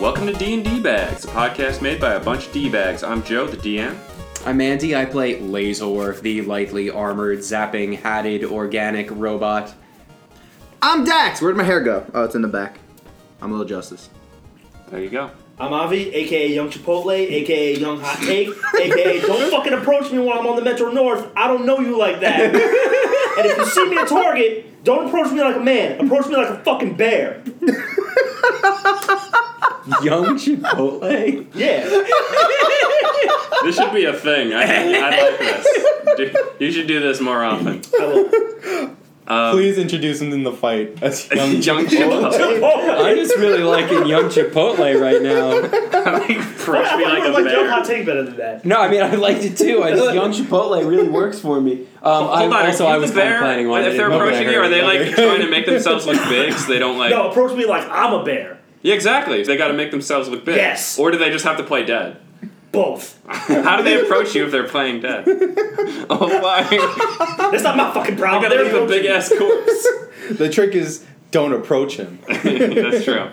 Welcome to D&D Bags, a podcast made by a bunch of D-bags. I'm Joe, the DM. I'm Andy. I play Lazor, the lightly armored, zapping, hatted, organic robot. I'm Dax. Where'd my hair go? Oh, it's in the back. I'm Little Justice. There you go. I'm Avi, aka Young Chipotle, aka Young Hot Take, aka Don't fucking approach me while I'm on the Metro North. I don't know you like that. and if you see me at Target, don't approach me like a man. Approach me like a fucking bear. Young Chipotle. Yeah. This should be a thing. I, I like this. Do, you should do this more often. I will. Um, Please introduce him in the fight as young. Young Chipotle. Oh, I'm just really liking Young Chipotle right now. Crush I me like, like a like Young Hot bear. Take better than that. No, I mean I liked it too. I just Young Chipotle really works for me. Um, I, Hold on, also is I the was kind bear, of planning on it. if they're Nobody approaching you, heard are they it. like trying to make themselves look big so they don't like... No, approach me like I'm a bear. Yeah, exactly. They gotta make themselves look big. Yes. Or do they just have to play dead? Both. How do they approach you if they're playing dead? Oh, why? That's not my fucking problem. There's They're a big ass corpse. The trick is don't approach him. That's true.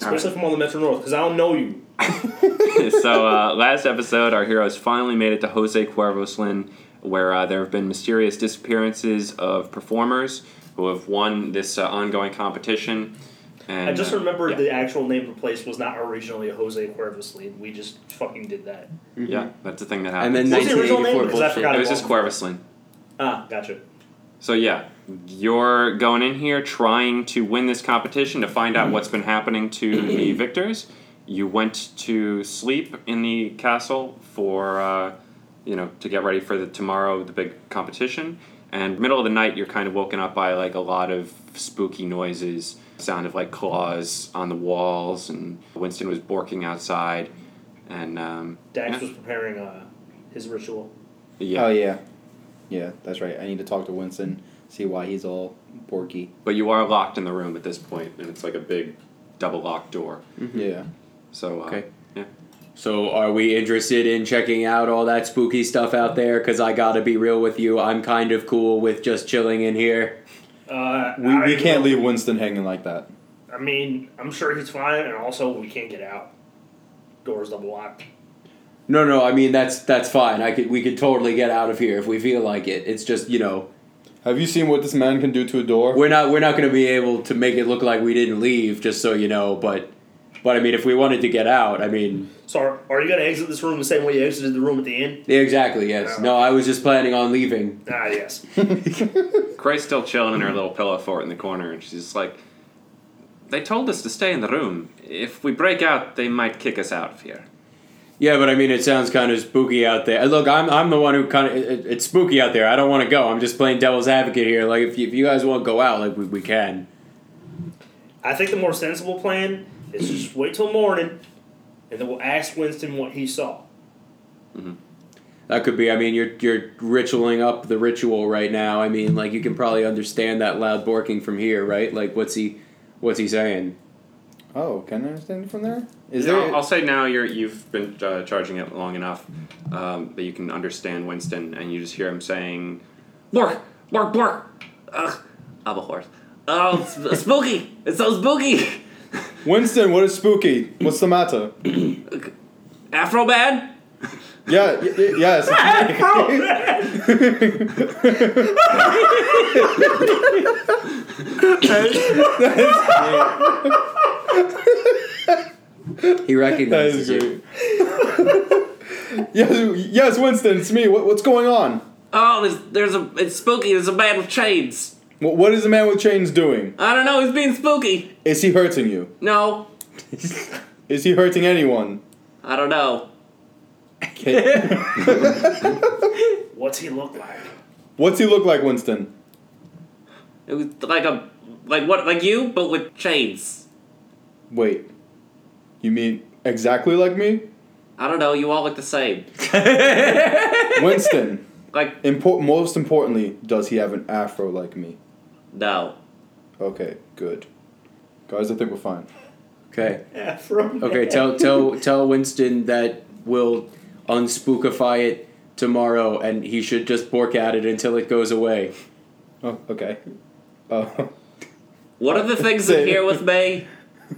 Especially if I'm on the Metro North, because I don't know you. so uh, last episode, our heroes finally made it to Jose Cuervo's Lynn, where uh, there have been mysterious disappearances of performers who have won this uh, ongoing competition. And I just uh, remembered yeah, the actual name of the place was not originally a Jose Cuervos lead. We just fucking did that. yeah, that's the thing that And happened. then What was the original 1984 name? Because I bullshit. forgot it was just Cuervo's Lynn. Ah, gotcha. So yeah, you're going in here trying to win this competition to find out what's been happening to the victors. You went to sleep in the castle for uh, you know to get ready for the tomorrow the big competition. And middle of the night, you're kind of woken up by like a lot of spooky noises, sound of like claws on the walls, and Winston was borking outside, and um, Dax yeah. was preparing uh, his ritual. yeah. Oh yeah, yeah, that's right. I need to talk to Winston, see why he's all porky. But you are locked in the room at this point, and it's like a big double locked door. Mm-hmm. Yeah. So uh, Okay. yeah. So, are we interested in checking out all that spooky stuff out there? Because I gotta be real with you, I'm kind of cool with just chilling in here. Uh, We, I, we can't leave Winston hanging like that. I mean, I'm sure he's fine, and also we can't get out. Doors double locked. No, no, I mean that's that's fine. I could we could totally get out of here if we feel like it. It's just you know Have you seen what this man can do to a door? we're not we're not gonna be able to make it look like we didn't leave. Just so you know, but but I mean if we wanted to get out, I mean So are, are you gonna exit this room the same way you exited the room at the end? yeah, exactly yes. No, I was just planning on leaving. Ah, yes. Gray's still chilling in her little pillow fort in the corner, and she's just like, "They told us to stay in the room. If we break out, they might kick us out of here." Yeah, but I mean, it sounds kind of spooky out there. Look, I'm, I'm the one who kind of it, it's spooky out there. I don't want to go. I'm just playing devil's advocate here. Like, if you, if you guys want to go out, like we, we can. I think the more sensible plan is just wait till morning, and then we'll ask Winston what he saw. That could be. I mean, you're you're ritualing up the ritual right now. I mean, like you can probably understand that loud borking from here, right? Like, what's he, what's he saying? Oh, can I understand it from there? Is No, there? I'll say now you're you've been uh, charging it long enough um, that you can understand Winston, and you just hear him saying, "Bork, bork, bork." Ugh, I'm a horse. Oh, it's sp- spooky! It's so spooky. Winston, what is spooky? What's the matter? Afro man. Yeah. Y- y- yes. He That is recognizes you. great. yes, yes, Winston, it's me. What, what's going on? Oh, there's there's a it's spooky. There's a man with chains. What, what is the man with chains doing? I don't know. He's being spooky. Is he hurting you? No, Is he hurting anyone? I don't know. What's he look like? What's he look like, Winston? It was like a like what like you but with chains. Wait, you mean exactly like me, I don't know. You all look the same. Winston? Like Impor- most importantly, does he have an afro like me? no. Okay, good. Guys, I think we're fine. Okay. Yeah, from Okay. Tell tell tell Winston that we'll unspookify it tomorrow, and he should just bork at it until it goes away. Oh, okay. Oh, What are the things Say in it. here with me?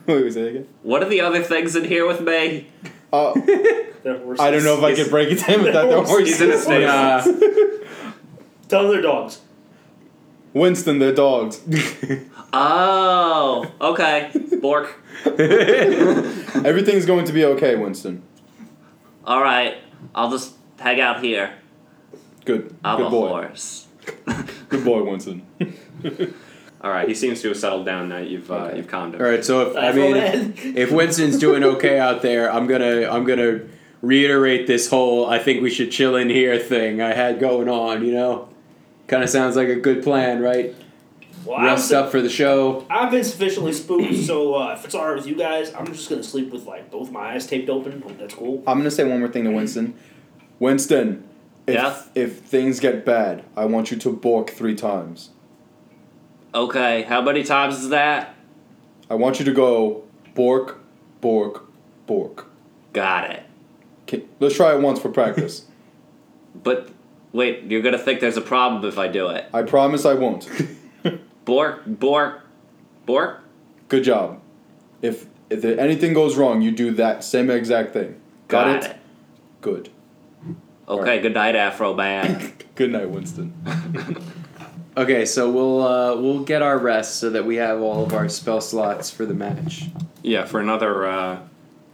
Wait, was that again? What are the other things in here with me? Uh, They're horses. I don't know if I can break it down without the He's in a horses. state. Nah. Tell them they're dogs. Winston, the dogs. Oh, okay. Bork. Everything's going to be okay, Winston. All right. I'll just hang out here. Good. I'm Good a boy. horse. Good boy, Winston. All right, he seems to have settled down now. You've uh, Okay. you've calmed him. All right, so if I That's all mean, that. if, if Winston's doing okay out there, I'm gonna I'm gonna reiterate this whole I think we should chill in here thing I had going on. You know, kind of sounds like a good plan, right? Well, I'm Rest up for the show. I've been sufficiently spooked, so uh, if it's all right with you guys, I'm just gonna sleep with like both my eyes taped open. Hope that's cool. I'm gonna say one more thing to Winston. Winston, if, Yeah? if things get bad, I want you to bork three times. Okay. How many times is that? I want you to go bork, bork, bork. Got it. Can, let's try it once for practice. But wait, you're gonna think there's a problem if I do it. I promise I won't. Bork, bork, bork. Good job. If if anything goes wrong, you do that same exact thing. Got, it? Good. Okay. Good night, Afro man. Good night, Winston. Okay, so we'll uh, we'll get our rest so that we have all of our spell slots for the match. Yeah, for another uh,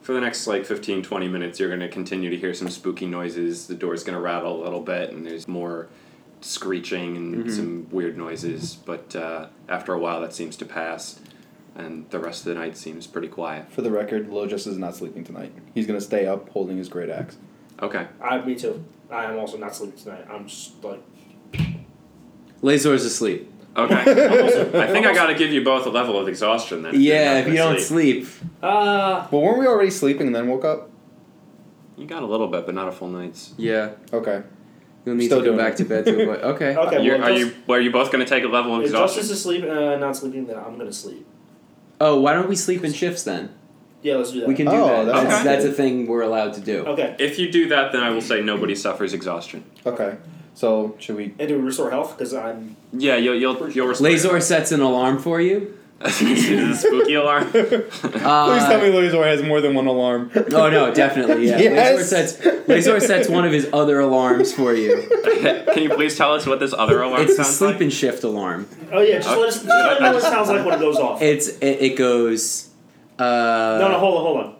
for the next like 15, 20 minutes, you're gonna continue to hear some spooky noises. The door's gonna rattle a little bit, and there's more screeching and Mm-hmm. some weird noises. But uh, after a while, that seems to pass, and the rest of the night seems pretty quiet. For the record, Lojus is not sleeping tonight. He's gonna stay up holding his great axe. Okay. I, me too. I am also not sleeping tonight. I'm just like Lazor's asleep. Okay. I think I gotta give you both a level of exhaustion then. you're Yeah, not if you gonna don't sleep, ah. Well, weren't we already sleeping and then woke up? you got a little bit, but not a full night's. yeah, Okay. you'll need Still to go doing back it. to bed. To avoid. Okay. okay. You're- well, are just, you? Are you both gonna take a level of If exhaustion? Justice is sleeping, uh, not sleeping, then I'm gonna sleep. Oh, why don't we sleep in shifts then? Yeah, let's do that. We can do Oh, that. that's That's, okay. that's a thing we're allowed to do. Okay. If you do that, then I will say nobody suffers exhaustion. Okay. So should we? And do we restore health? Because I'm. Yeah, you'll you'll you'll restore. Lazor sets an alarm for you. this is a spooky alarm. Uh, Please tell me Lojus has more than one alarm. Oh no, definitely. Yeah. Lazor Yes. sets Lazor sets one of his other alarms for you. Can you please tell us what this other alarm It's a sounds sleep like? and shift alarm. Oh Uh, yeah, just let us just let me know what it sounds like when it goes off. It's it, it goes. Uh, no, no, hold on, hold on.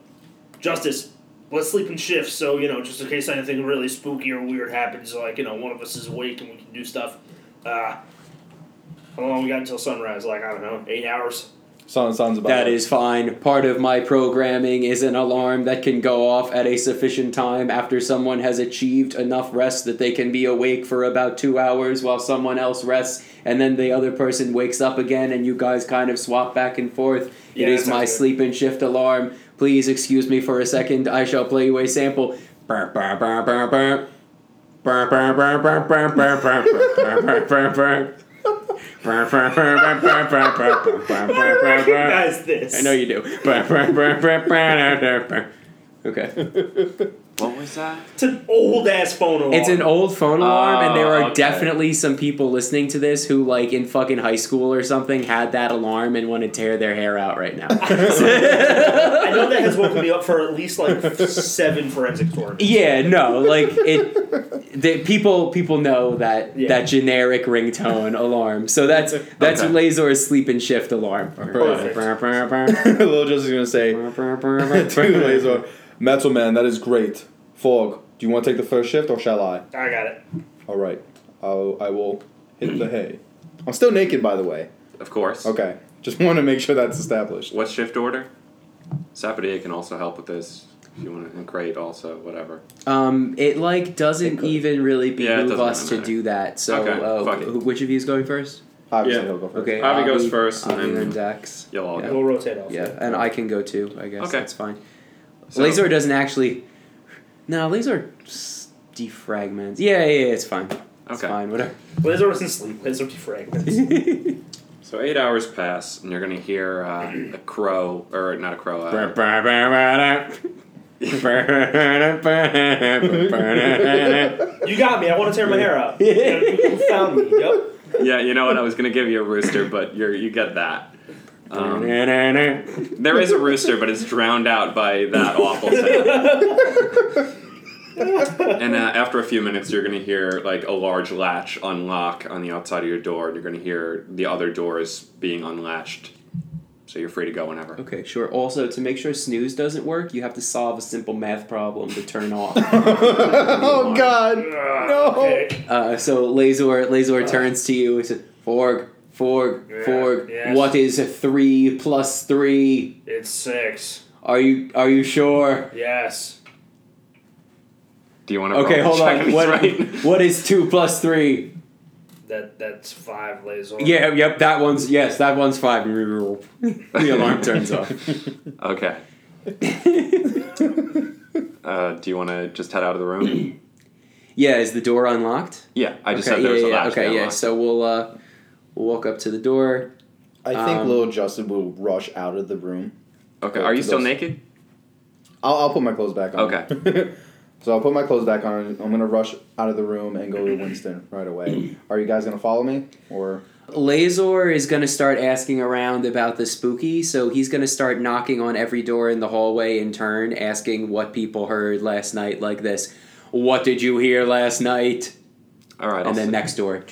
Justice, let's sleep in shifts. So you know, just in case anything really spooky or weird happens, like you know, one of us is awake and we can do stuff. Uh, how long we got until sunrise? Like I don't know, eight hours. Sounds sounds about. That right. is fine. Part of my programming is an alarm that can go off at a sufficient time after someone has achieved enough rest that they can be awake for about two hours while someone else rests, and then the other person wakes up again, and you guys kind of swap back and forth. Yeah, it that is sounds my good. sleep and shift alarm. Please excuse me for a second. I shall play you a sample. Burr, burr, burr, burr, burr. Burr, burr, burr, burr, burr, burr, burr, burr, burr, burr, burr. Burr, burr, burr, burr, burr, burr, burr, burr, burr, burr, burr, burr. Recognize this. I know you do. okay. What was that? It's an old ass phone alarm. It's an old phone alarm, and there are Oh, okay. definitely some people listening to this who, like, in fucking high school or something, had that alarm and want to tear their hair out right now. I know that has woken me up for at least like seven forensic tours. yeah, no, like it. The, people people know that Yeah. that generic ringtone alarm. So that's that's Okay. Lazor's sleep and shift alarm. Perfect. Dude, Lojus is gonna say to Lazor, Metal Man, that is great. Fog, do you want to take the first shift or shall I? I got it. All right, I'll, I will hit the hay. I'm still naked, by the way. Of course. Okay, just want to make sure that's established. What shift order? Sapodea can also help with this. If you want to, and crate also, whatever. Um, it like It doesn't could. even really Yeah, it behoove doesn't us really to do that. So, Okay, uh, fuck it. wh- which of you is going first? Obviously, Yeah. he'll go first. Okay, Avi Avi- goes first, and Avi then- Dax. You'll all Yeah. go. We'll rotate off. Yeah, and I can go too. I guess Okay. that's fine. So- Lazor doesn't actually. No, Lazor s- defragments. Yeah, yeah, yeah, it's fine. It's Okay. fine. Whatever. Laser doesn't sleep. Laser defragments. So eight hours pass, and you're gonna hear uh, a crow, or not a crow. Uh, You got me. I want to tear my hair out. You, you found me. Yep. yeah, you know what? I was gonna give you a rooster, but you're you get that. Um, there is a rooster, but it's drowned out by that awful sound. and uh, after a few minutes, you're going to hear like a large latch unlock on the outside of your door, and you're going to hear the other doors being unlatched. So you're free to go whenever. Okay, sure. Also, to make sure snooze doesn't work, you have to solve a simple math problem to turn off. Oh God! No. Uh, so Lazor, Lazor turns to you and says, "Forg, Forg, Forg. yes. What is a three plus three? It's six. Are you are you sure? Yes. Do you want to? Okay, hold on. What right? what is two plus three? That that's five laser. Yeah, yep, that one's yes, that one's five. the alarm turns off. Okay. Uh, do you want to just head out of the room? Yeah, is the door unlocked? yeah, I just Okay, said there was yeah, a yeah, latch. okay, to yeah. unlock. So we'll uh, we'll walk up to the door. I think Um, little Justin will rush out of the room. Okay, are you still naked? I'll, I'll put my clothes back on. Okay. so I'll put my clothes back on. I'm gonna rush out of the room and go to Winston right away. Are you guys gonna follow me or? Lazor is going to start asking around about the spooky, so he's going to start knocking on every door in the hallway in turn, asking what people heard last night, like this. What did you hear last night? All right. I'll And then sit- next door.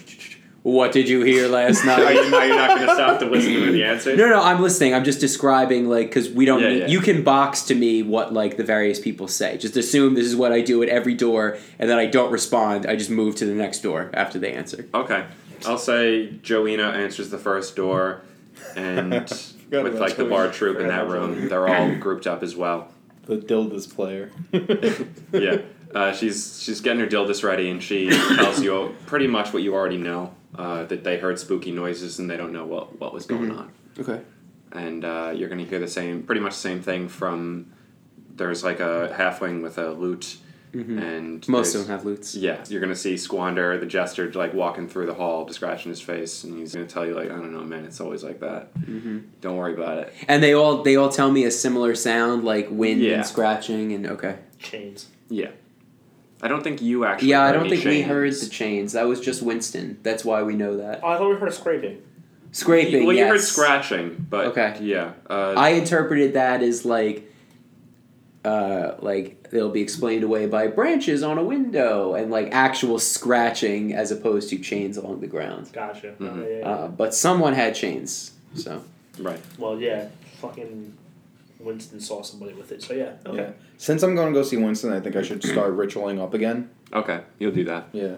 What did you hear last are, night? you, are you not going to stop to listen to the answers? No, no, I'm listening. I'm just describing, like, because we don't. Yeah, need, yeah. You can box to me what like the various people say. Just assume this is what I do at every door, and then I don't respond. I just move to the next door after they answer. Okay. I'll say Joena answers the first door, and with about like the Joena. bar troop in that Forgot about room, they're all grouped up as well. The Dildas player. Yeah. Uh, she's she's getting her dildis ready, and she tells you pretty much what you already know uh, that they heard spooky noises and they don't know what what was going Mm-hmm. on. Okay. And uh, you're gonna hear the same, pretty much the same thing from. There's like a halfling with a lute, and Mm-hmm. Most there's- of them have loots. Yeah, you're gonna see Squander, the jester, like walking through the hall, just scratching his face, and he's gonna tell you like, I don't know, man, it's always like that. Mm-hmm. Don't worry about it. And they all they all tell me a similar sound, like wind Yeah. and scratching, and okay. Chains. Yeah, I don't think you actually. Yeah, I heard don't any think we chains. heard the chains. That was just Winston. That's why we know that Oh, I thought we heard a scraping. scraping. Well, you heard yes. scratching, but Okay. yeah, uh, I interpreted that as like, uh, like they'll be explained away by branches on a window and like actual scratching as opposed to chains along the ground. Gotcha. Mhm. Uh, yeah, yeah. Uh, but someone had chains, so right. well, yeah. Fucking Winston saw somebody with it. So yeah. Yeah. Okay. Since I'm gonna go see Winston, I think I should start ritualing up again. Okay, you'll do that. Yeah.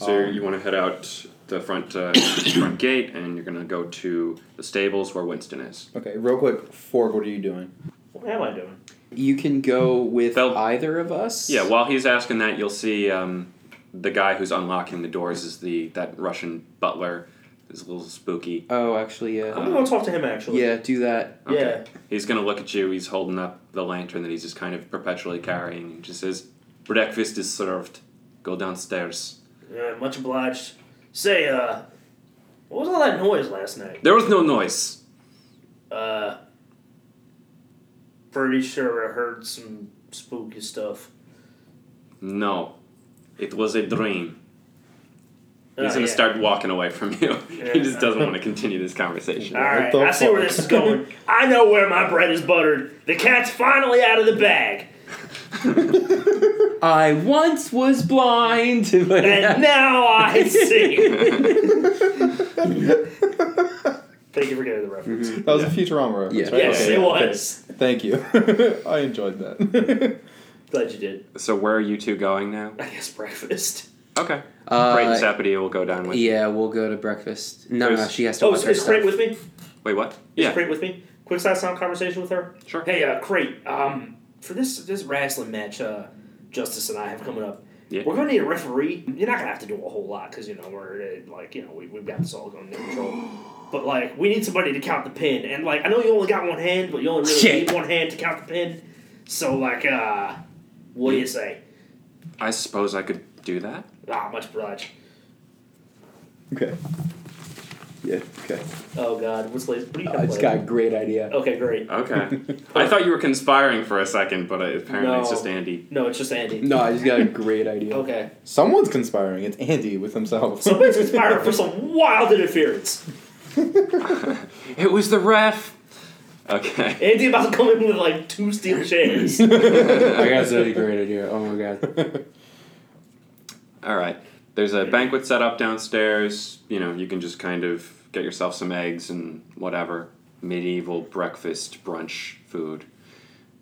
So Um, you want to head out the front uh, front gate, and you're gonna go to the stables where Winston is. Okay. Real quick, Fork. What are you doing? What am I doing? you can go with They'll- either of us. Yeah, while he's asking that, you'll see um, the guy who's unlocking the doors is the that Russian butler. Is a little spooky. oh, actually, yeah, I'm gonna go talk to him actually. yeah, do that. Uh, Okay. Yeah. He's gonna look at you. He's holding up the lantern that he's just kind of perpetually carrying. and just says, "Breakfast is served. Go downstairs." Yeah, much obliged. Say, uh, what was all that noise last night? There was no noise. Uh, pretty sure I heard some spooky stuff. No, it was a dream. He's Oh, gonna yeah. start walking away from you. he Yeah. just doesn't want to continue this conversation. All right, the I see where fuck? this is going. I know where my bread is buttered. The cat's finally out of the bag, I once was blind, and but now I see. Thank you for getting the reference. That was a Futurama reference, Yeah. right? Yes, Okay, it yeah, was. okay. Thank you. I enjoyed that. Glad you did. So where are you two going now? I guess breakfast. Okay. Uh, e- Great and Sapody will go down with. you. yeah, we'll go to breakfast. No, no, There's- she has to. Oh, watch is, her is Crate stuff. with me? Is Wait, what? Yeah. Crate with me? Quick side sound conversation with her. Sure. Hey, uh, Crate. Um, for this this wrestling match, uh, Justice and I have coming up. Yeah. We're gonna need a referee. You're not gonna have to do a whole lot because you know we're uh, like you know we have got this all going under control. But like we need somebody to count the pin, and like I know you only got one hand, but you only really Shit. need one hand to count the pin. So like, uh, what do you say? I suppose I could do that. Ah, much obliged. okay. Yeah. Okay. Uh, Oh God, what's latest? What do you got? I just got playing? a great idea. Okay, great. Okay. I thought you were conspiring for a second, but apparently it's No. just Andy. No, it's just Andy. No, I just got a great idea. Okay. Someone's conspiring. It's Andy with himself. Somebody's conspiring for some wild interference. It was the ref. Okay. Andy about to come in with like two steel chairs. All I got such a great idea. Oh my god. All right. There's a banquet set up downstairs. You know, you can just kind of get yourself some eggs and whatever medieval breakfast brunch food,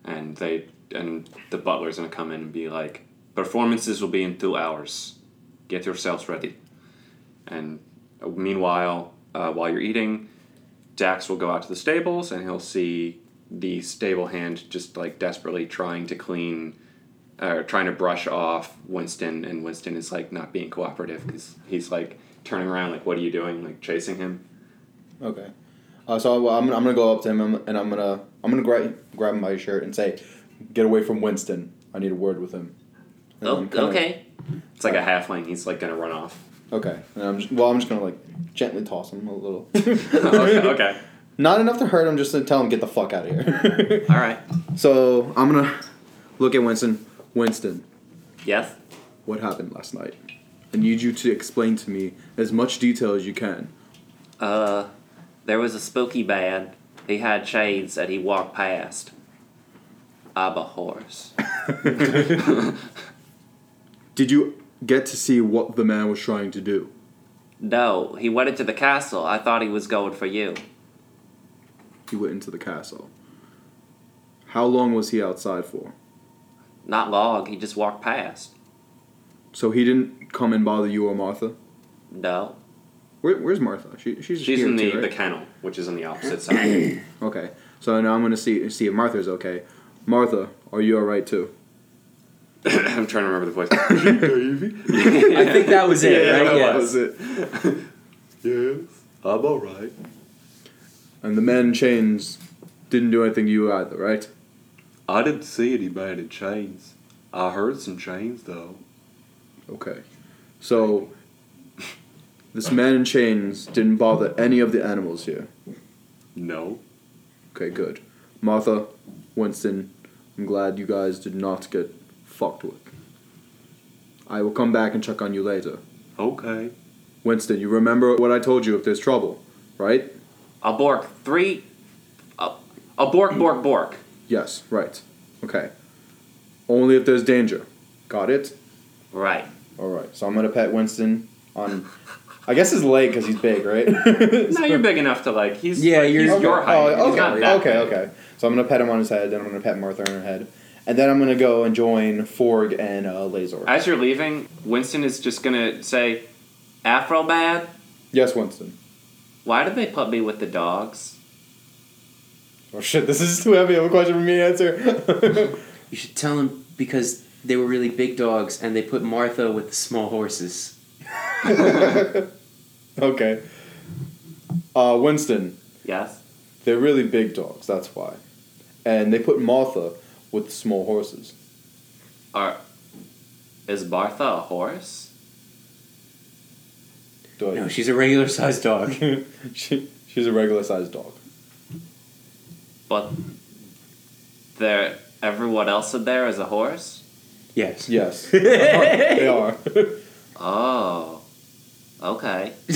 and they and the butler's gonna come in and be like, performances will be in two hours. Get yourselves ready. And meanwhile, uh, while you're eating, Dax will go out to the stables and he'll see the stable hand just like desperately trying to clean or trying to brush off Winston, and Winston is like not being cooperative because he's like turning around, like, "What are you doing?" Like chasing him. Okay. Uh, so I- I'm, I'm gonna go up to him and and I'm gonna I'm gonna grab grab him by his shirt and say, "Get away from Winston. I need a word with him." And Oh, I'm kinda- okay. It's like a halfling. He's like gonna run off. Okay. And I'm just, well, I'm just gonna like gently toss him a little, okay, okay. not enough to hurt him, just to tell him get the fuck out of here. All right. so I'm gonna look at Winston. Winston, Yes. what happened last night? I need you to explain to me as much detail as you can. Uh, there was a spooky man. He had shades that he walked past. I'm a horse. Did you get to see what the man was trying to do? No, he went into the castle. I thought he was going for you. He went into the castle. How long was he outside for? Not long. He just walked past. So he didn't come and bother you or Martha. No. Where, where's Martha? She, she's She's here in the, too, the right? kennel, which is on the opposite side. okay. So now I'm gonna see see if Martha's okay. Martha, are you all right too? I'm trying to remember the voice. I think that was it, right? yes. it. yes, I'm all right. And the man in chains didn't do anything to you either, right? I didn't see anybody in chains. I heard some chains though. Okay. So this man in chains didn't bother any of the animals here. No. Okay, good. Martha, Winston, I'm glad you guys did not get fucked with. I will come back and check on you later. Okay. Winston, you remember what I told you if there's trouble, right? A bork. Three. A, a bork, bork, bork. Yes, right. Okay. Only if there's danger. Got it? Right. Alright, so I'm gonna pet Winston on, I guess his leg because he's big, right? No, you're big enough to like. He's Yeah, like, you're- he's Okay. your height. Oh, He's okay, not that okay, big. okay. So I'm gonna pet him on his head, then I'm gonna pet Martha on her head, and then I'm gonna go and join Forg and uh, Lazor. As you're leaving, Winston is just gonna say, Afro man. yes, Winston. Why did they put me with the dogs? Oh shit, this is too heavy of a question for me to answer. You should tell him because they were really big dogs and they put Martha with the small horses. okay. Uh, Winston, Yes. they're really big dogs, that's why. And they put Martha with small horses. Or is Martha a horse? Do I- No, she's a regular sized dog. she, she's a regular sized dog. But there, everyone else in there is a horse. Yes. Yes. they are. Oh, okay.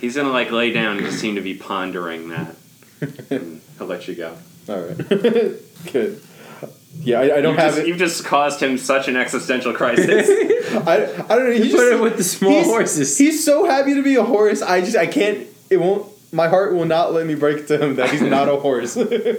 he's gonna like lay down and just seem to be pondering that. And he'll let you go. Alright. Good. Yeah, I, I don't You've have just, it. you've just caused him such an existential crisis. I, I don't know. He You just, put it with the small he's- horses. He's so happy to be a horse. I just, I can't, it won't, my heart will not let me break to him that he's not a horse. okay.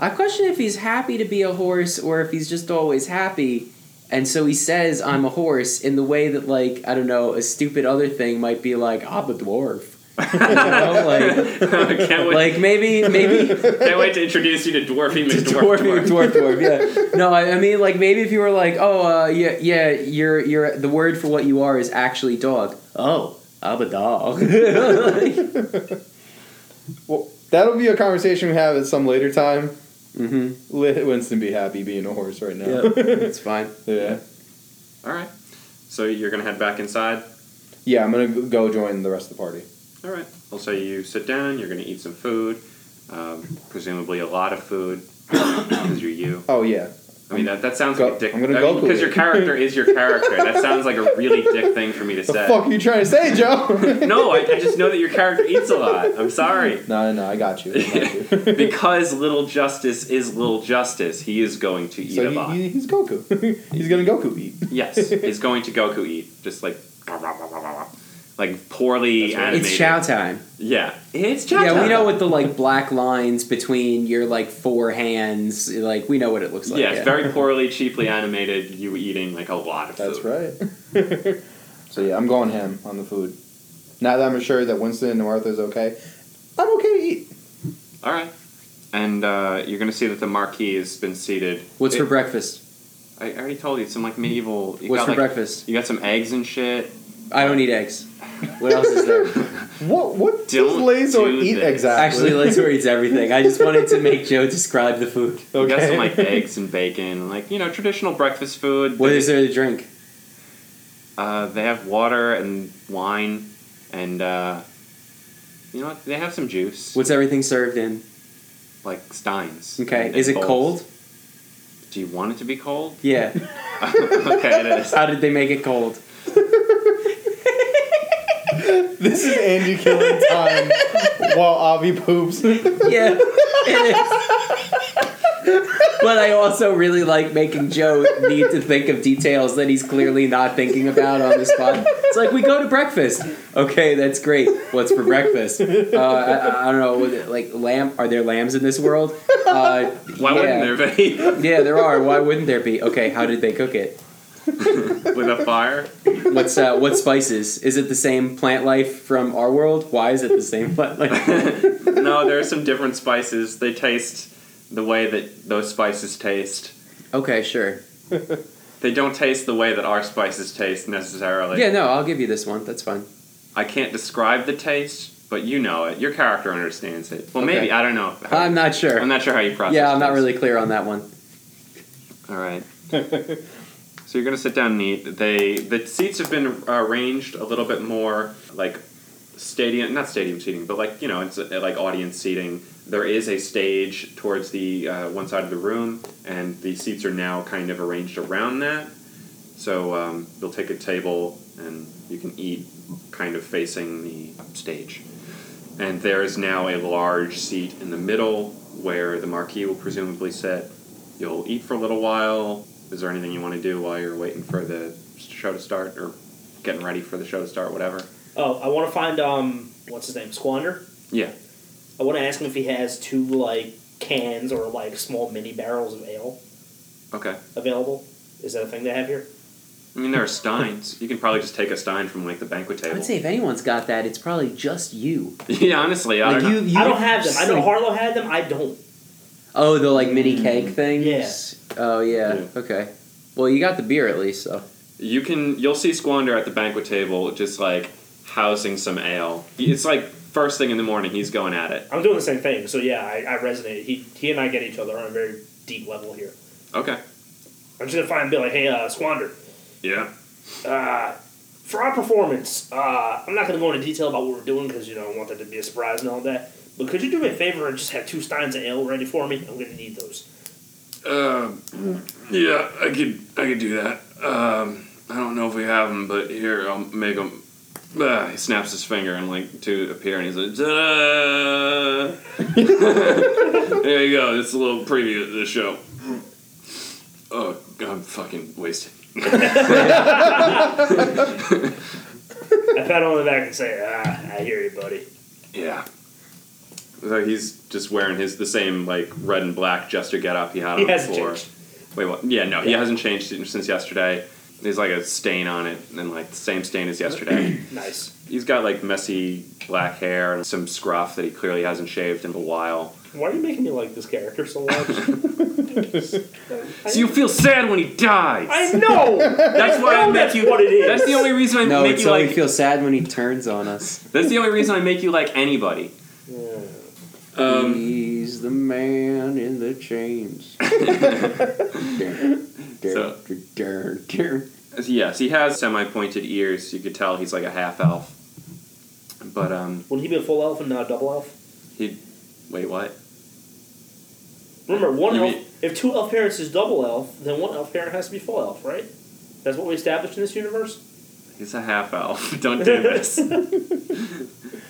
I question if he's happy to be a horse or if he's just always happy. And so he says, I'm a horse, in the way that, like, I don't know, a stupid other thing might be like, I'm a dwarf. You know, like, can't, wait, like maybe, maybe, can't wait to introduce you to Dwarfy McDwarf. dwarf, dwarf, dwarf, dwarf, yeah. No, I, I mean, like maybe if you were like, oh, uh, yeah, yeah, you're, you're. The word for what you are is actually dog. Oh, I'm a dog. mm-hmm. Well, that'll be a conversation we have at some later time. Let Winston be happy being a horse right now. Mm-hmm. Yeah, it's fine. yeah. All right. So you're gonna head back inside. Yeah, I'm gonna go join the rest of the party. All right. We'll say you sit down. You're gonna eat some food, um, presumably a lot of food, because you're you. Oh yeah, I mean, that, that sounds Go- like a dick. I'm gonna I mean, Goku because it. your character is your character. That sounds like a really dick thing for me to The say. fuck are you trying to say, Joe? No, I, I just know that your character eats a lot. I'm sorry. no, no, no, I got you. I got you. because little justice is little justice, he is going to eat so a lot. he, he, he's Goku. he's gonna Goku eat. yes, is going to Goku eat just like like poorly animated. It's chow time. Yeah, it's chow. yeah, time. we know what the like black lines between your like four hands. Like we know what it looks like. yeah, it's very poorly, cheaply animated. You eating like a lot of That's food. right. so yeah, I'm going ham on the food. Now that I'm sure that Winston and Martha's okay, I'm okay to eat. All right, and uh, you're gonna see that the marquee has been seated. What's It- for breakfast? I already told you, some like medieval. You What's got, for like, breakfast? You got some eggs and shit. I don't eat eggs. What else is there? What what does Don't Lazor do eat this. exactly? Actually, Lazor eats everything. I just wanted to make Joe describe the food. You got some Okay. like eggs and bacon, and, like you know traditional breakfast food. What is there to drink? Uh, they have water and wine, and uh, you know what? they have some juice, What's everything served in? like steins. Okay, and is it bowls. cold? Do you want it to be cold? Yeah. okay, it is. How did they make it cold? this is Andy killing time while Avi poops. Yeah, it is. But I also really like making Joe need to think of details that he's clearly not thinking about on the spot. It's like we go to breakfast. Okay, that's great. What's for breakfast? Uh, I, I don't know. was it Like lamb? Are there lambs in this world? Uh, Why yeah. wouldn't there be Yeah, there are. Why wouldn't there be? Okay, how did they cook it? with a fire? What's uh, what spices? Is it the same plant life from our world? Why is it the same plant life? no, there are some different spices. They taste the way that those spices taste. Okay, sure. They don't taste the way that our spices taste necessarily. Yeah, no, I'll give you this one. That's fine. I can't describe the taste, but you know it. Your character understands it. Well, maybe Okay. I don't know. I'm not sure. I'm not sure how you process. yeah, I'm not things. really clear on that one. All right. so you're gonna sit down and eat. They the seats have been uh, arranged a little bit more like stadium, not stadium seating, but like you know, it's uh, like audience seating. There is a stage towards the uh, one side of the room, and the seats are now kind of arranged around that. So um, you'll take a table and you can eat kind of facing the stage. And there is now a large seat in the middle where the marquee will presumably sit. You'll eat for a little while. Is there anything you want to do while you're waiting for the show to start or getting ready for the show to start, whatever? Oh, I want to find um, what's his name, Squander. Yeah. I want to ask him if he has two like cans or like small mini barrels of ale Okay. available. Is that a thing they have here? I mean, there are steins. You can probably just take a stein from like the banquet table. I'd say if anyone's got that, it's probably just you. yeah, honestly, I like don't you, know. you, I don't have them. I know like- Harlow had them. I don't. Oh, the like mini cake things. Oh yeah. Mm. Yeah. Okay. Well, you got the beer at least, so You can. You'll see Squander at the banquet table, just like housing some ale. He- It's like first thing in the morning. He's going at it. I'm doing the same thing. So yeah, I, I resonate. He he and I get each other on a very deep level here. Okay. I'm just gonna find and be like, hey, uh, Squander, Yeah. uh, for our performance, uh, I'm not gonna go into detail about what we're doing because you know I want that to be a surprise and all that. But could you do me a favor and just have two steins of ale ready for me? I'm gonna need those. Um, yeah, I could, I could do that. Um, I don't know if we have them, but here I'll make them. ah, Uh, he snaps his finger and like to appear, and he's like, "Ta-da!" there you go. It's a little preview of the show. Oh, I'm fucking wasted. I pat him on the back and say, ah, I hear you, buddy. Yeah, So he's just wearing his the same like red and black jester get up he had He on hasn't before. changed. Wait, what? Yeah, no, he hasn't changed it since yesterday. There's like a stain on it, and like the same stain as yesterday. Nice. He's got like messy black hair and some scruff that he clearly hasn't shaved in a while. Why are you making me like this character so much? so you feel sad when he dies. I know. That's why I know make that's you. what it is. That's the only reason I no, make it's you only like. feel sad when he turns on us. That's the only reason I make you like anybody. Um, He's the man in the chains. So- That's yes, he has semi-pointed ears. You could tell he's like a half elf. But um, Would he be a full elf and not a double elf? he. Wait, what? Remember, one You elf. mean- If two elf parents is double elf, then one elf parent has to be full elf, right? That's what we established in this universe. He's a half elf. Don't do this.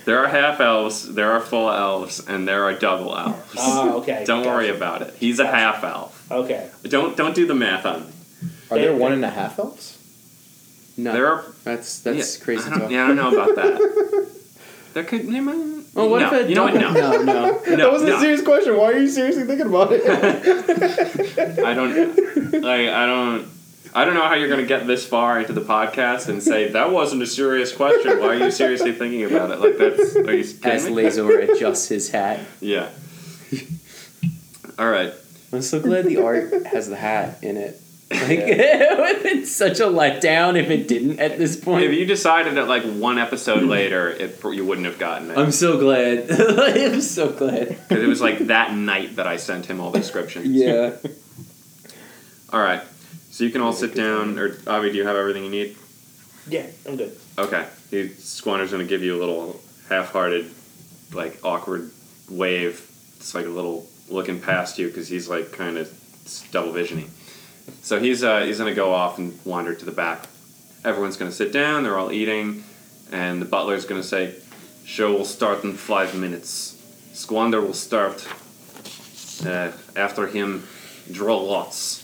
there are half elves, there are full elves, and there are double elves. Ah, okay. don't worry Gotcha. about it. He's a half elf. Okay. Don't don't do the math on me. Are there one and a half elves? No, There are that's that's yeah, crazy I don't, talk. yeah, I don't know about that. there could they might, Oh, what no, if I you know what? don't- No, no, no. no, that was a no. serious question. Why are you seriously thinking about it? I don't. Like I don't. I don't know how you're going to get this far into the podcast and say that wasn't a serious question. Why are you seriously thinking about it? Like that's are you kidding As me? Lazor adjusts his hat. Yeah. All right. I'm so glad the art has the hat in it. Like it would have been such a letdown if it didn't at this point. If you decided that like one episode later, it pr- you wouldn't have gotten it I'm so glad. I'm so glad. 'Cause it was like that night that I sent him all the descriptions. Yeah. All right. So you can all sit down, or Avi, do you have everything you need? Yeah, I'm good. Okay. The squander's gonna give you a little half-hearted, like awkward wave. It's like a little looking past you because he's like kind of double visioning. So he's uh, he's gonna go off and wander to the back. Everyone's gonna sit down. They're all eating, and the butler's gonna say, "Show will start in five minutes. Squander will start. Uh, after him, draw lots."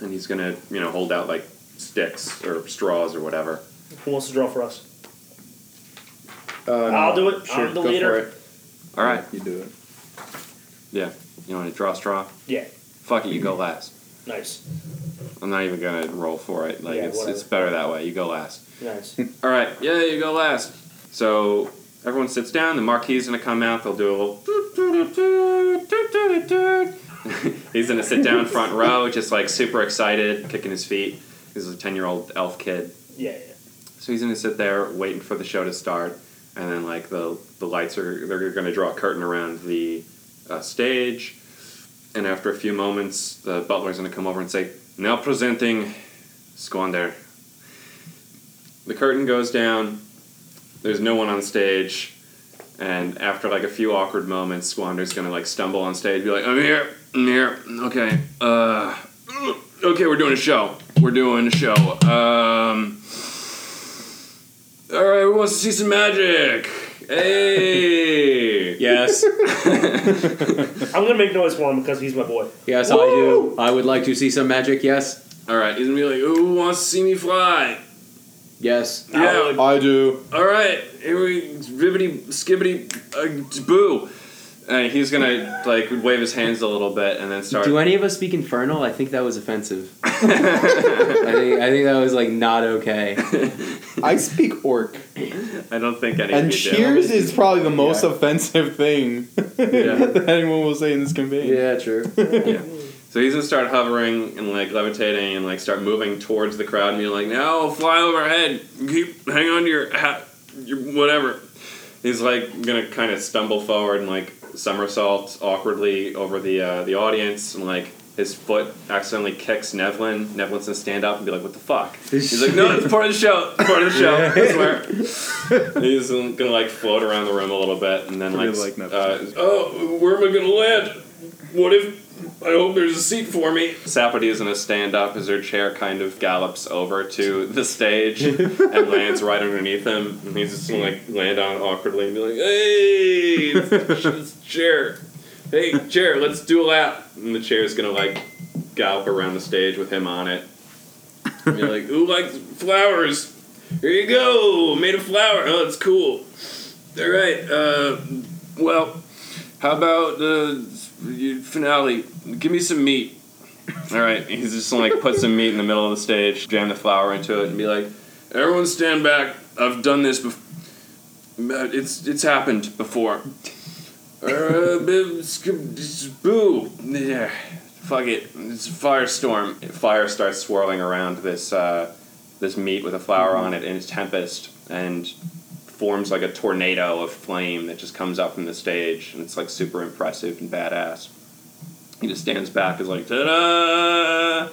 And he's gonna you know hold out like sticks or straws or whatever. Who wants to draw for us? Uh, I'll do it. Sure, I'm the go leader. For it. All right. You do it. Yeah. You want to draw straw? Yeah. Fuck it, you go last. Nice. I'm not even gonna roll for it. Like Yeah, it's it's whatever. better that way. You go last. Nice. All right. Yeah, you go last. So everyone sits down. The marquee's gonna come out. They'll do a little. doot, doot, doot, doot, doot, doot, doot. He's gonna sit down front row, just like super excited, kicking his feet. He's a ten year old elf kid. Yeah, yeah. So he's gonna sit there waiting for the show to start, and then like the the lights are they're gonna draw a curtain around the uh, stage, and after a few moments, the butler's gonna come over and say, "Now presenting, Squander." The curtain goes down. There's no one on stage, and after like a few awkward moments, Squander's gonna like stumble on stage, be like, "I'm here, I'm here, okay, uh, okay, we're doing a show, we're doing a show, um." All right, who wants to see some magic? Hey! Yes. I'm gonna make noise for him because he's my boy. Yes, I do. I would like to see some magic. Yes. All right, he's gonna be like, who wants to see me fly? Yes. Yeah. I do. All right, here we bibbity skibbity uh, boo. And he's gonna like wave his hands a little bit and then start. Do any of us speak infernal? I think that was offensive. I think I think that was like not okay. I speak orc. I don't think any of And you do. cheers is probably the most Yeah. offensive thing that anyone will say in this campaign. Yeah, true. So he's gonna start hovering and like levitating and like start moving towards the crowd and you're like, no, fly overhead. Keep hang on to your hat, your whatever. He's like gonna kind of stumble forward and like somersault awkwardly over the uh, the audience and like his foot accidentally kicks Nevlin. Nevlin's gonna stand up and be like, what the fuck? He's like, no, it's part of the show. It's part of the show. I swear. He's gonna like float around the room a little bit and then Pretty like, like Nevlin. uh, oh, where am I gonna land? What if I hope there's a seat for me. Sapody is gonna stand up as her chair kind of gallops over to the stage and lands right underneath him. And he's just gonna like land on awkwardly and be like, "Hey, it's- it's chair, hey chair, let's do a lap." And the chair is gonna like gallop around the stage with him on it. And you're like, "Who likes flowers? Here you go, made of flower. Oh, it's cool. All right, uh, well." How about the finale? Give me some meat. All right, he's just gonna, like put some meat in the middle of the stage, jam the flour into it, and be like, "Everyone stand back. I've done this before. It's it's happened before." Uh, boo! Yeah, fuck it. It's a firestorm. Fire starts swirling around this uh, this meat with a flour on it, and it's tempest. And forms like a tornado of flame that just comes up from the stage, and it's like super impressive and badass. He just stands back, is like ta da,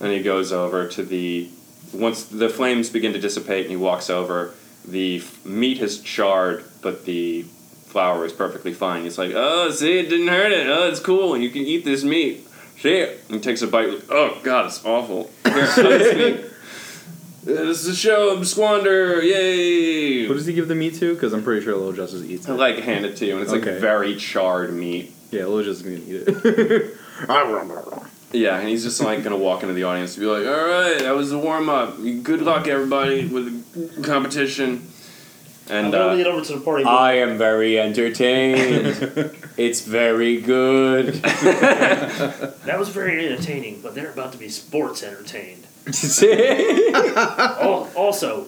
and he goes over to the. Once the flames begin to dissipate, and he walks over, the f- meat has charred, but the flour is perfectly fine. He's like, oh, see, it didn't hurt it. Oh, it's cool. And you can eat this meat. Shit. And he takes a bite. Oh, God, it's awful. Here, have this meat. This is a show of squander. Yay. What does he give the meat to? Because I'm pretty sure Little Justice eats I it. like hand it to you, and it's like Okay. very charred meat. Yeah, Little Justice is gonna eat it. Yeah, and he's just like gonna walk into the audience and be like, "All right, that was the warm up. Good luck, everybody, with the competition." I'm And gonna lead uh, over to the party. I am very entertained. it's very good. that was very entertaining, but they're about to be sports entertained. Probably Al- also,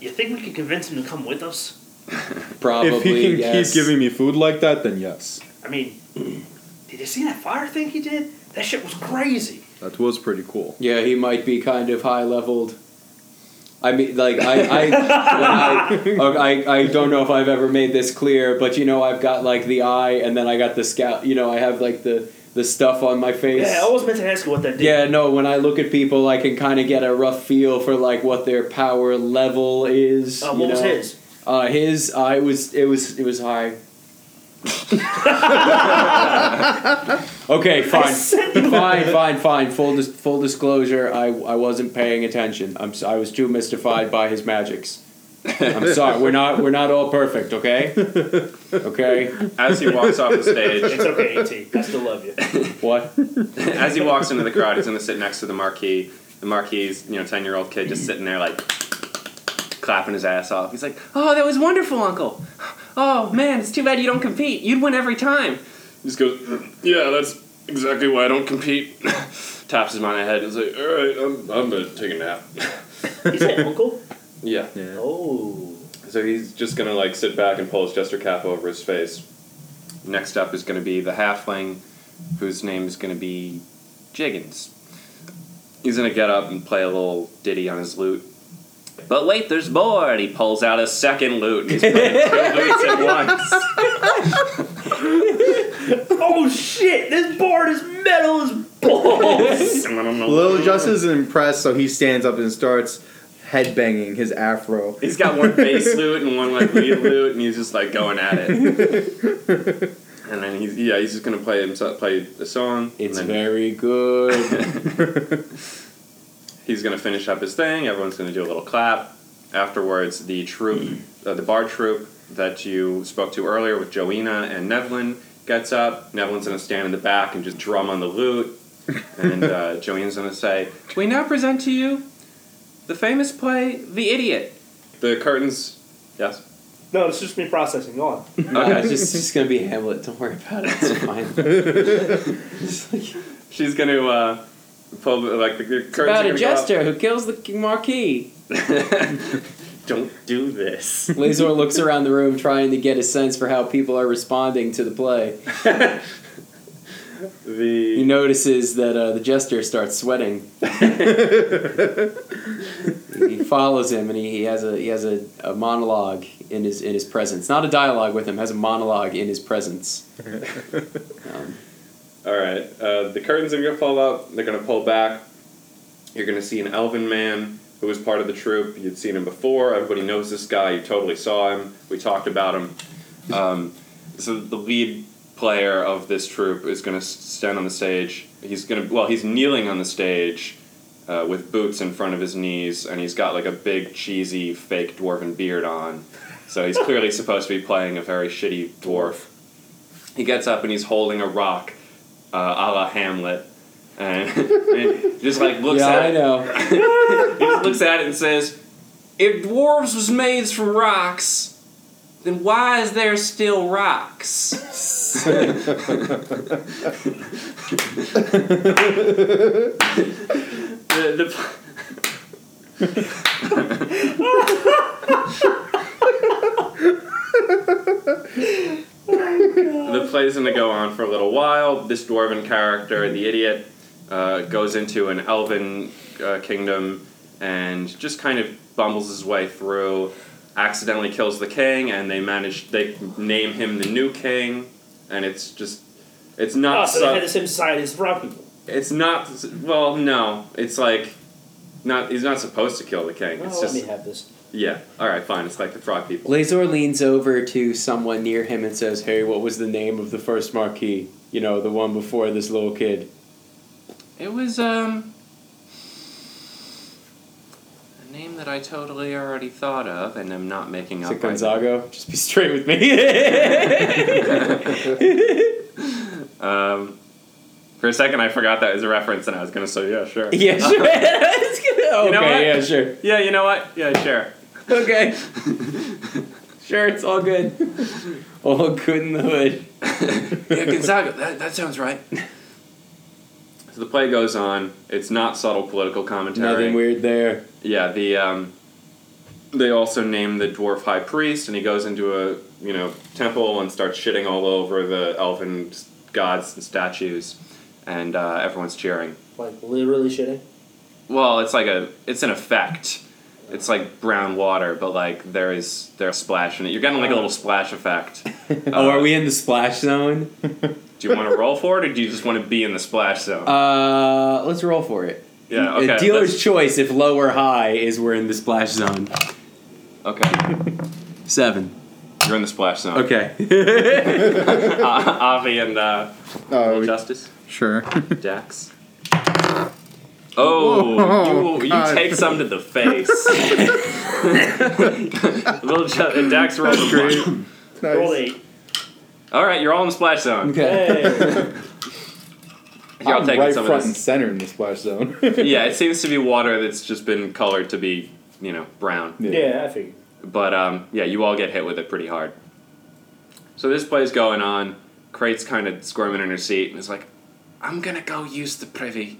you think we could convince him to come with us? if he can yes. keep giving me food like that, then yes. I mean, did you see that fire thing he did? That shit was crazy. That was pretty cool. Yeah, he might be kind of high leveled. I mean, like I, I, when I, okay, I, I don't know if I've ever made this clear, but you know, I've got like the eye, and then I got the scout. You know, I have like the the stuff on my face. Yeah, oh, I always meant to ask you what that did. Yeah, no, when I look at people, I can kind of get a rough feel for like what their power level is. Uh, you what was know? his? Uh, his, uh, it was, it was, it was high. okay, fine, fine, fine, fine. Full, dis- full disclosure, I, I wasn't paying attention. I'm, s- I was too mystified by his magics. I'm sorry. We're not, we're not all perfect. Okay, okay. as he walks off the stage, It's okay, AT. I still love you. What? as he walks into the crowd, he's gonna sit next to the marquee. The marquee's you know ten year old kid just sitting there like clapping his ass off. He's like, Oh, that was wonderful, Uncle. Oh man, it's too bad you don't compete. You'd win every time. he just goes, "Mm, "Yeah, that's exactly why I don't compete." Taps his mind on the head and is like, "All right, I'm I'm gonna take a nap." Is that uncle? Yeah. Oh. So he's just gonna like sit back and pull his jester cap over his face. Next up is gonna be the halfling, whose name is gonna be Jiggins. He's gonna get up and play a little ditty on his lute. But wait, there's more. And he pulls out a second loot. And he's playing two loots at once. Oh shit! This board is metal as balls. Little Justice is impressed, so he stands up and starts headbanging his afro. He's got one bass lute and one like lead lute, and he's just like going at it. and then he's yeah, he's just gonna play himself play a song. It's and then very good. he's gonna finish up his thing. Everyone's gonna do a little clap. Afterwards, the troop, uh, the bar troop that you spoke to earlier with Joena and Nevlin gets up. Nevlin's gonna stand in the back and just drum on the lute, and uh, Joena's gonna say, We now present to you the famous play, The Idiot. "The curtains." Yes. no, it's just me processing. Go on. No, it's just, it's just gonna be Hamlet. Don't worry about it. It's fine. It's like- She's gonna uh, pull the- like the, the curtains. about are a gonna go up. jester who kills the marquis. Don't do this. Lazor looks around the room trying to get a sense for how people are responding to the play. He The notices that uh, the jester starts sweating. Oh, he follows him and he, he has a he has a, a monologue in his in his presence. Not a dialogue with him, has a monologue in his presence. Um, all right. Uh, the curtains are gonna pull up. They're gonna pull back. You're gonna see an elven man who was part of the troop. You'd seen him before. Everybody knows this guy. You totally saw him. We talked about him. Um, so the lead player of this troop is gonna s- stand on the stage. He's gonna well, he's kneeling on the stage. Uh, with boots in front of his knees, and he's got like a big cheesy fake dwarven beard on, so he's clearly supposed to be playing a very shitty dwarf. he gets up and he's holding a rock, uh, a la Hamlet, and, and just like looks yeah, at I know. it, he just looks at it and says, "If dwarves was made from rocks, then why is there still rocks?" the, the, The play's going to go on for a little while. This dwarven character, the idiot, uh, goes into an elven uh, kingdom and just kind of bumbles his way through. Accidentally kills the king, and they manage. They name him the new king, and it's just, it's Oh, not. so they so- had the same society as rock people. it's not. Well, no. It's like Not he's not supposed to kill the king. It's Oh, let just me have this. yeah. All right, fine. It's like the frog people. Lazor leans over to someone near him and says, Hey, what was the name of the first marquee? You know, the one before this little kid. It was um a name that I totally already thought of and am not making Is up. it right Gonzago? Just be straight with me. Um, for a second, I forgot that was a reference, and I was gonna say yeah, sure. yeah, sure. It's gonna- okay, You know what? yeah, sure. Yeah, you know what? Yeah, sure. Okay. sure, it's all good. all good in the hood. now. yeah, Gonzaga. That, that sounds right. So the play goes on. It's not subtle political commentary. Nothing weird there. Yeah, the um, they also name the dwarf high priest, and he goes into a you know temple and starts shitting all over the elven gods and statues, and uh, everyone's cheering. Like literally shitting. Well, it's like a it's an effect. It's like brown water, but like there is there's splash in it. You're getting like a little splash effect. oh, are we in the splash zone? Do you want to roll for it, or do you just want to be in the splash zone? Uh, let's roll for it. yeah. Okay. Uh, dealer's that's- choice if low or high is we're in the splash zone. Okay. Seven. You're in the splash zone. Okay. Uh, Avi and uh, Oh, we- Justice. sure. Dax. Oh, Oh, you, you God. take some to the face. Little Ju- and Dax rolls a one. Roll nice. eight. All right, you're all in the splash zone. okay. Hey. You're all I'm taking right some front of and this. center in the splash zone. Yeah, it seems to be water that's just been colored to be, you know, brown. yeah, I figured. But um, yeah, you all get hit with it pretty hard. So this play's going on. Crate's kind of squirming in her seat and is like, "I'm gonna go use the privy,"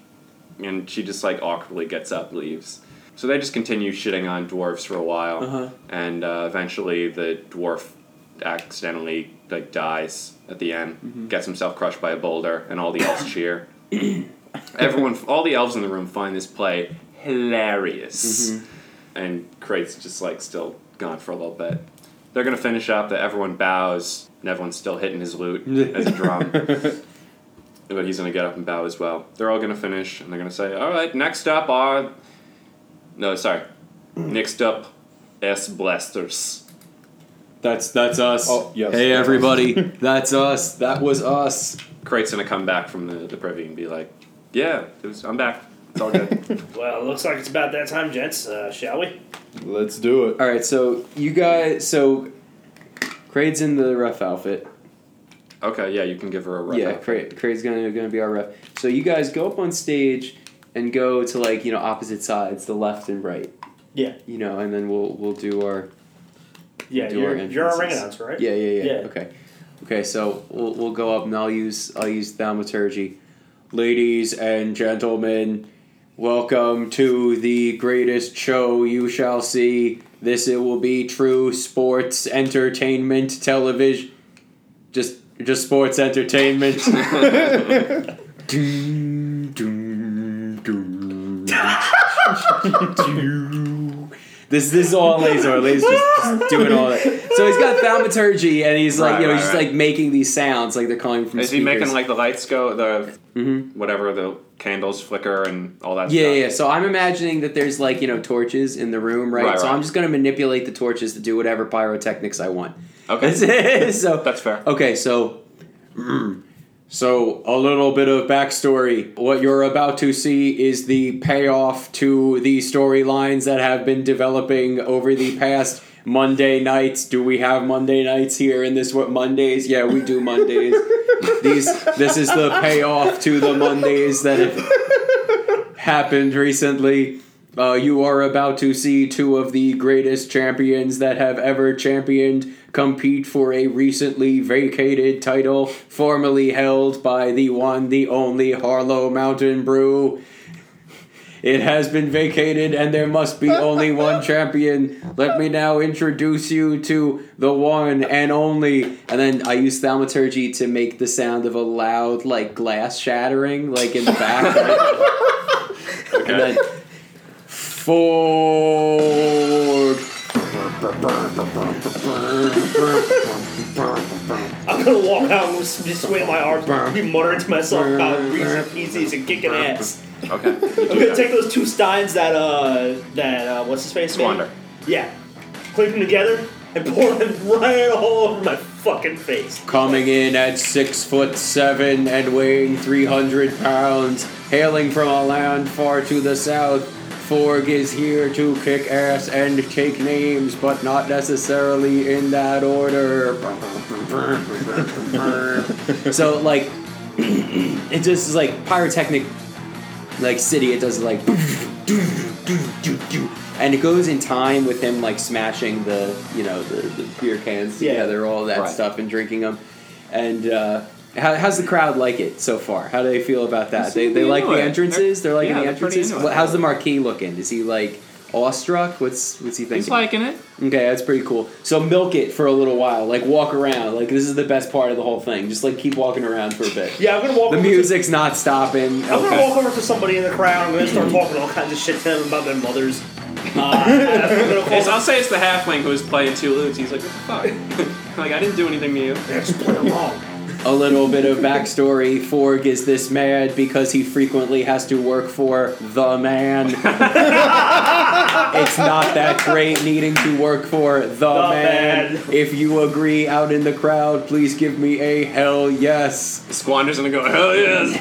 and she just like awkwardly gets up, leaves. So they just continue shitting on dwarves for a while, Uh-huh. and uh, eventually the dwarf accidentally like dies at the end, gets himself crushed by a boulder, and all the elves cheer. Everyone, all the elves in the room find this play hilarious and crate's just like still gone for a little bit. They're gonna finish up. That everyone bows, and everyone's still hitting his lute as a drum. But he's gonna get up and bow as well. They're all gonna finish, and they're gonna say, "All right, next up are." No, sorry. Next up, S blasters. That's that's us. Oh, yes. Hey everybody, that's us. That was us. Crate's gonna come back from the, the privy and be like, "Yeah, it was, I'm back. It's all good." Well, looks like it's about that time, gents. Uh, shall we? Let's do it. All right, so you guys, so Crade's in the rough outfit. okay, yeah, you can give her a rough. Yeah, Crade, Crade's gonna gonna be our ref. So you guys go up on stage and go to like you know opposite sides, the left and right. Yeah. You know, and then we'll we'll do our Yeah, Do you're, our you're our ring entrances. announcer, right? yeah yeah yeah. Yeah. Okay, okay. So we'll we'll go up and I'll use I'll use thaumaturgy. Ladies and gentlemen, welcome to the greatest show you shall see. This it will be true sports entertainment television. Just just sports entertainment. Dun, dun, dun. Dun. This this is all Lazor. Lazor's just, just doing all that. So he's got thaumaturgy, and he's like, Right, you know, right, he's just right. like making these sounds, like they're calling from. Is he speakers. making like the lights go the Mhm. whatever the candles flicker and all that? Yeah, stuff? yeah. So I'm imagining that there's like you know torches in the room, right? Right, so right. I'm just gonna manipulate the torches to do whatever pyrotechnics I want. Okay. so That's fair. Okay, so so a little bit of backstory. What you're about to see is the payoff to the storylines that have been developing over the past Monday nights. Do we have Monday nights here in this what Mondays? Yeah, we do Mondays. These this is the payoff to the Mondays that have happened recently. Uh, you are about to see two of the greatest champions that have ever championed compete for a recently vacated title, formerly held by the one, the only Harlow Mountain Brew. It has been vacated, and there must be only one champion. Let me now introduce you to the one and only. And then I use thaumaturgy to make the sound of a loud, like glass shattering, like in the back. And then Ford. I'm gonna walk out and just swing my arms, be muttering to myself about greasy pieces and kicking ass. Okay. You I'm do gonna that. take those two steins that uh that uh what's his face? made. Swander. Yeah. Click them together and pour them right all over my fucking face. Coming in at six foot seven and weighing 300 pounds, hailing from a land far to the south, Forg is here to kick ass and take names, but not necessarily in that order. so, like, it just is like pyrotechnic, like, city. It does like, and it goes in time with him, like, smashing the, you know, the, the beer cans Yeah. together, all that Right. stuff, and drinking them. And, uh, how, how's the crowd like it so far? How do they feel about that? They, they They like know the it. entrances. They're, They're- like yeah, the they're pretty entrances. into it. What- How's the marquee looking? Is he like awestruck? What's what's he thinking? He's liking it. okay, that's pretty cool. So milk it for a little while. Like walk around. Like this is the best part of the whole thing. Just like keep walking around for a bit. Yeah, I'm gonna walk The over music's not stopping. To, I'm gonna Okay. walk over to somebody in the crowd, I'm gonna start talking all kinds of shit to them about their mothers. Uh, I'm gonna call It's- I'll say it's the halfling who was playing two lutes. He's like, what the fuck? like, I didn't do anything to you. a little bit of backstory. Forg is this mad because he frequently has to work for the man. it's not that great needing to work for the, man. man. If you agree out in the crowd, please give me a hell yes. Squander's gonna go, hell yes.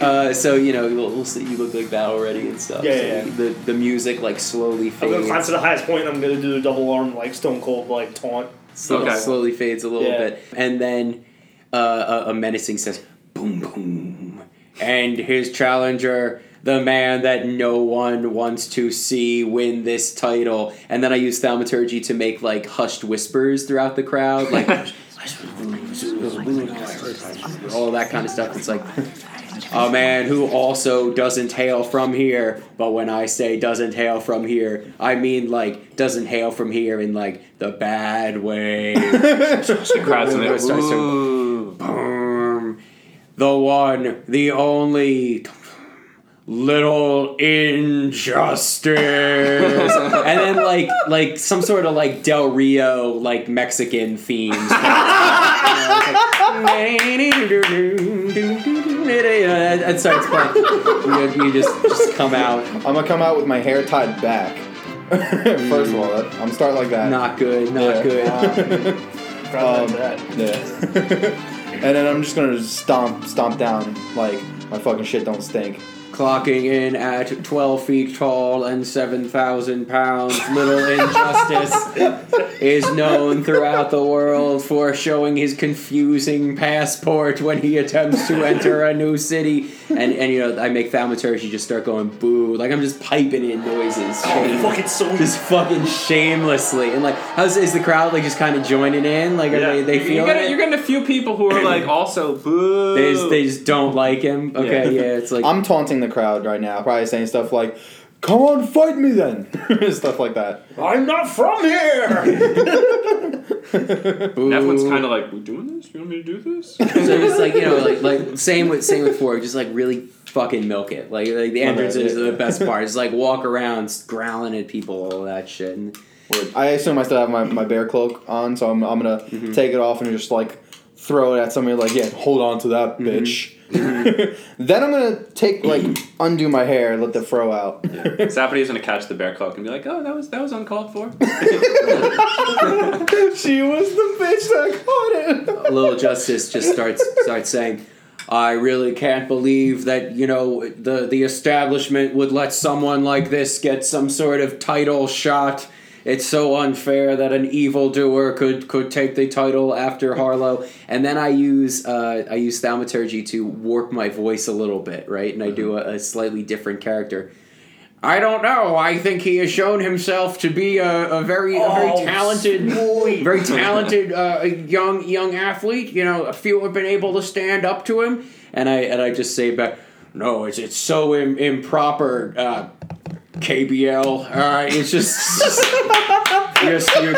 Uh, so you know we'll, we'll see. You look like that already and stuff. Yeah, So yeah, yeah. The the music like slowly I'm gonna climb fades. to the highest point and I'm gonna do the double arm like stone cold like taunt. Slow, Okay. Slowly fades a little Yeah. bit, and then uh, a, a menacing says, "Boom, boom," and his challenger, the man that no one wants to see win this title. And then I use thaumaturgy to make like hushed whispers throughout the crowd, like all that kind of stuff. It's like a man who also doesn't hail from here, but when I say doesn't hail from here, I mean like doesn't hail from here in like the bad way. The crowd's gonna It starts to- ooh. Boom. The one, the only little injustice. and then like like some sort of like Del Rio like Mexican themes. and starts playing. You, you just just come out. I'm gonna come out with my hair tied back. First of all, I'm gonna start like that. Um, Not good, not good. Grab that. Yeah. and then I'm just gonna stomp, stomp down. Like my fucking shit don't stink. Clocking in at 12 feet tall and 7,000 pounds, Little Injustice is known throughout the world for showing his confusing passport when he attempts to enter a new city. And, and you know, I make thaumaturgy just start going boo. Like, I'm just piping in noises. shame- Fucking so just fucking shamelessly. And, like, how's, is the crowd, like, just kind of joining in? Like, are Yeah. they, they you're, feeling getting, it? you're getting a few people who are like also boo. they, just, they just don't like him? Okay, yeah, Yeah. it's like... I'm taunting the crowd right now, probably saying stuff like, "Come on, fight me then," stuff like that. I'm not from here! And everyone's "Boo." kind of like, we doing this? You want me to do this? So just like you know, like like same with same with Ford, just like really fucking milk it. Like like the entrances are the best part. It's like walk around growling at people, all that shit. And Word. I assume I still have my, my bear cloak on, so I'm, I'm gonna take it off and just like throw it at somebody like, yeah, hold on to that bitch. then I'm gonna take like undo my hair, let the fro out. Zappady's gonna catch the bear cloak and be like, oh, that was that was uncalled for. she was the bitch that caught it. Little Justice just starts starts saying, "I really can't believe that you know the the establishment would let someone like this get some sort of title shot." It's so unfair that an evildoer could could take the title after Harlow. And then I use uh, I use thaumaturgy to warp my voice a little bit, right? And I do a, a slightly different character. I don't know. I think he has shown himself to be a, a very a very Oh, talented sweet. very talented uh, young young athlete. You know, a few have been able to stand up to him, and I and I just say back, no, it's it's so Im- improper. Uh, KBL, all right, it's just, just you,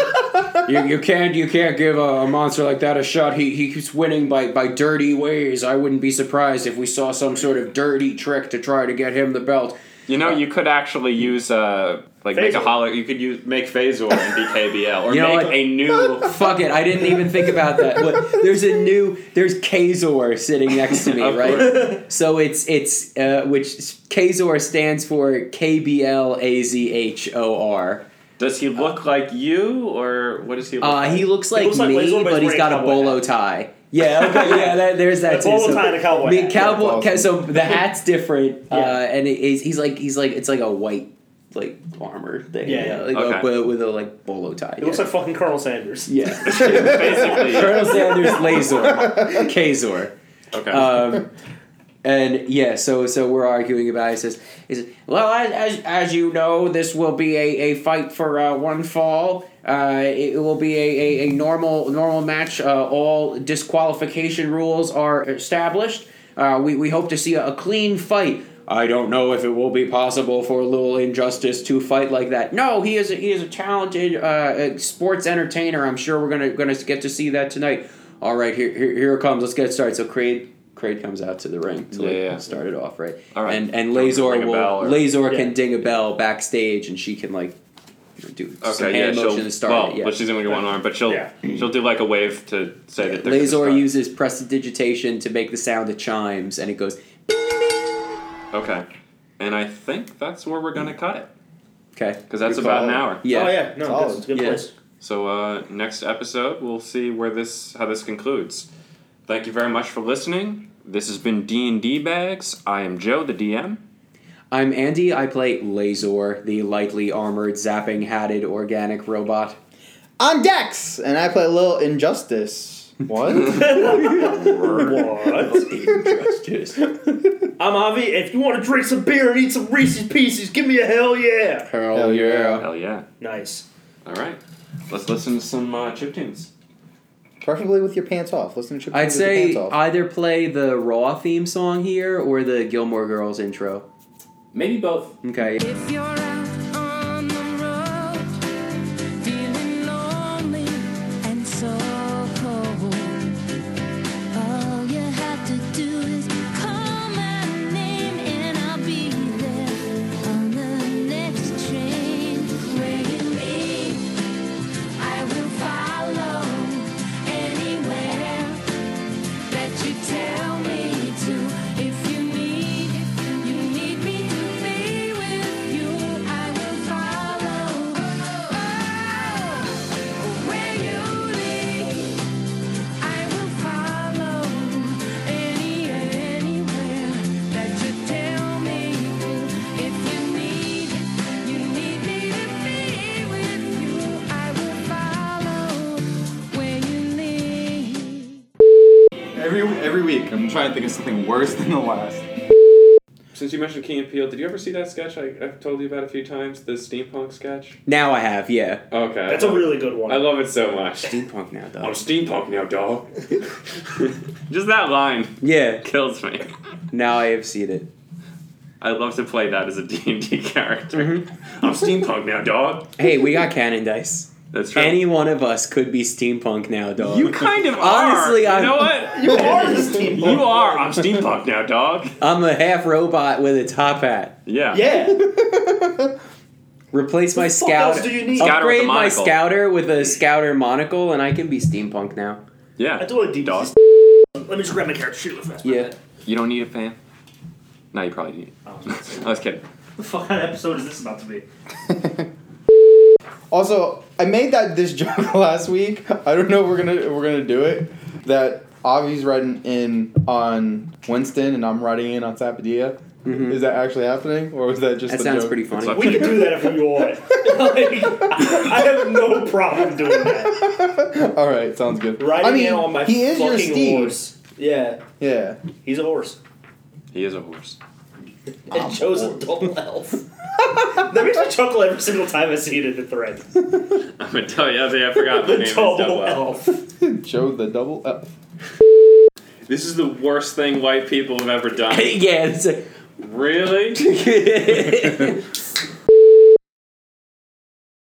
you, you can't you can't give a, a monster like that a shot. He he keeps winning by by dirty ways. I wouldn't be surprised if we saw some sort of dirty trick to try to get him the belt. You know, you could actually use uh, like make a Phasor. holo. You could use make Phasor and be KBL, or You know make what? a new. Fuck it, I didn't even think about that. But there's a new there's Kazor sitting next to me, Of right? So it's it's uh, which Kazor stands for K B L A Z H O R. Does he look like you, or what does he look? Uh, like? he looks like looks like me, Lazor, but but he's he's got a wearing a cowboy bolo tie. Yeah, okay, yeah, that, there's that A too. bolo so- tie and a cowboy I mean, hat. cowboy. Yeah, ca- so the hat's different, uh, Yeah. and it, he's, he's like he's like it's like a white like armor thing. Yeah, you know, yeah. like, Okay. uh, but with a like bolo tie. It looks like fucking Colonel Sanders. yeah. basically. Colonel Sanders Lazor. Kazor. Okay. Um, and yeah, so so we're arguing about it. He says, he says Well, as, as, as you know, this will be a, a fight for uh, one fall. Uh, it will be a, a, a normal normal match. Uh, all disqualification rules are established. Uh, we, we hope to see a, a clean fight. I don't know if it will be possible for Lil Injustice to fight like that. No, he is a, he is a talented uh, uh, sports entertainer. I'm sure we're gonna gonna get to see that tonight. All right, here here, here it comes. Let's get started. So Crade Crade comes out to the ring to like, Yeah, yeah. start it off, right? All right. And and Don't Lazor ring a will bell or- Lazor Yeah. can ding a bell backstage, and she can like you know, do some Okay, yeah, hand she'll, motion and start well, it. Yeah. but she's only gonna do one arm, but she'll Yeah. she'll do like a wave to say that they're gonna Lazor start. uses prestidigitation to make the sound of chimes, and it goes. Okay, and I think that's where we're gonna cut it Okay. because that's Good about call. an hour. Yeah. Oh yeah, no, Solid. that's a good Yeah. place. So uh, next episode, we'll see where this how this concludes. Thank you very much for listening. This has been D and D Bags. I am Joe, the DM. I'm Andy. I play Lazor, the lightly armored, zapping, hatted organic robot. I'm Dex, and I play Lil Injustice. Oh, What? What? I'm Avi. If you want to drink some beer and eat some Reese's Pieces, give me a hell yeah. Hell, Hell yeah. Hell yeah! Nice. All right, let's listen to some uh, chip tunes. Preferably with your pants off. Listen to Chip I'd with your say pants off. either play the Raw theme song here or the Gilmore Girls intro. Maybe both. Okay. If you're out on the road, feeling lonely and so cold, all you have to do is call my name and I'll be there on the next train. Bringing me, I will follow anywhere that you tell me to. If you need, you need me to be with you. I will follow. Oh, where you lead, I will follow any anywhere that you tell me to. If you need, you need me to be with you. I will follow where you lead. Every every week, I'm trying to think of something worse than the last. Since you mentioned Key and Peele, did you ever see that sketch I, I've told you about a few times? The steampunk sketch. Now I have, yeah. Okay, That's a really good I one. love it so much. Steampunk now, though. I'm steampunk now, dog. Just that line Yeah, kills me. now I have seen it. I love to play that as a D&D character. Mm-hmm. I'm steampunk now, dog. Hey, we got cannon dice. That's true. Any one of us could be steampunk now, dog. you kind of Honestly, are. I'm- you know what? You are this team. You are. I'm steampunk now, dog. I'm a half robot with a top hat. Yeah. Yeah. Replace my fuck scout. else do you need? Scouter with a Upgrade my monocle. scouter with a scouter monocle, and I can be steampunk now. Yeah. I do want to Dog. dog. Let me just grab my character sheet real fast. Yeah. You don't need a fan? No, you probably need Oh, it. I was kidding. the fuck kind of episode is this about to be? Also, I made that this joke last week. I don't know if we're gonna if we're gonna do it. That Avi's riding in on Winston and I'm riding in on Sapodilla. Is that actually happening, or was that just? Mm-hmm. That a sounds joke? pretty funny. It's We can do that if you want. like, I have no problem doing that. All right, sounds good. Riding I mean, in on my he is your fucking Steve. horse. Yeah, Yeah. he's a horse. He is a horse. And Joe's a double elf. that makes me chuckle every single time I see it in the thread. I'm going to tell you. I was like, I forgot my The name is double Double L. elf. Joe the double. Uh, This is the worst thing white people have ever done. yeah. It's really? a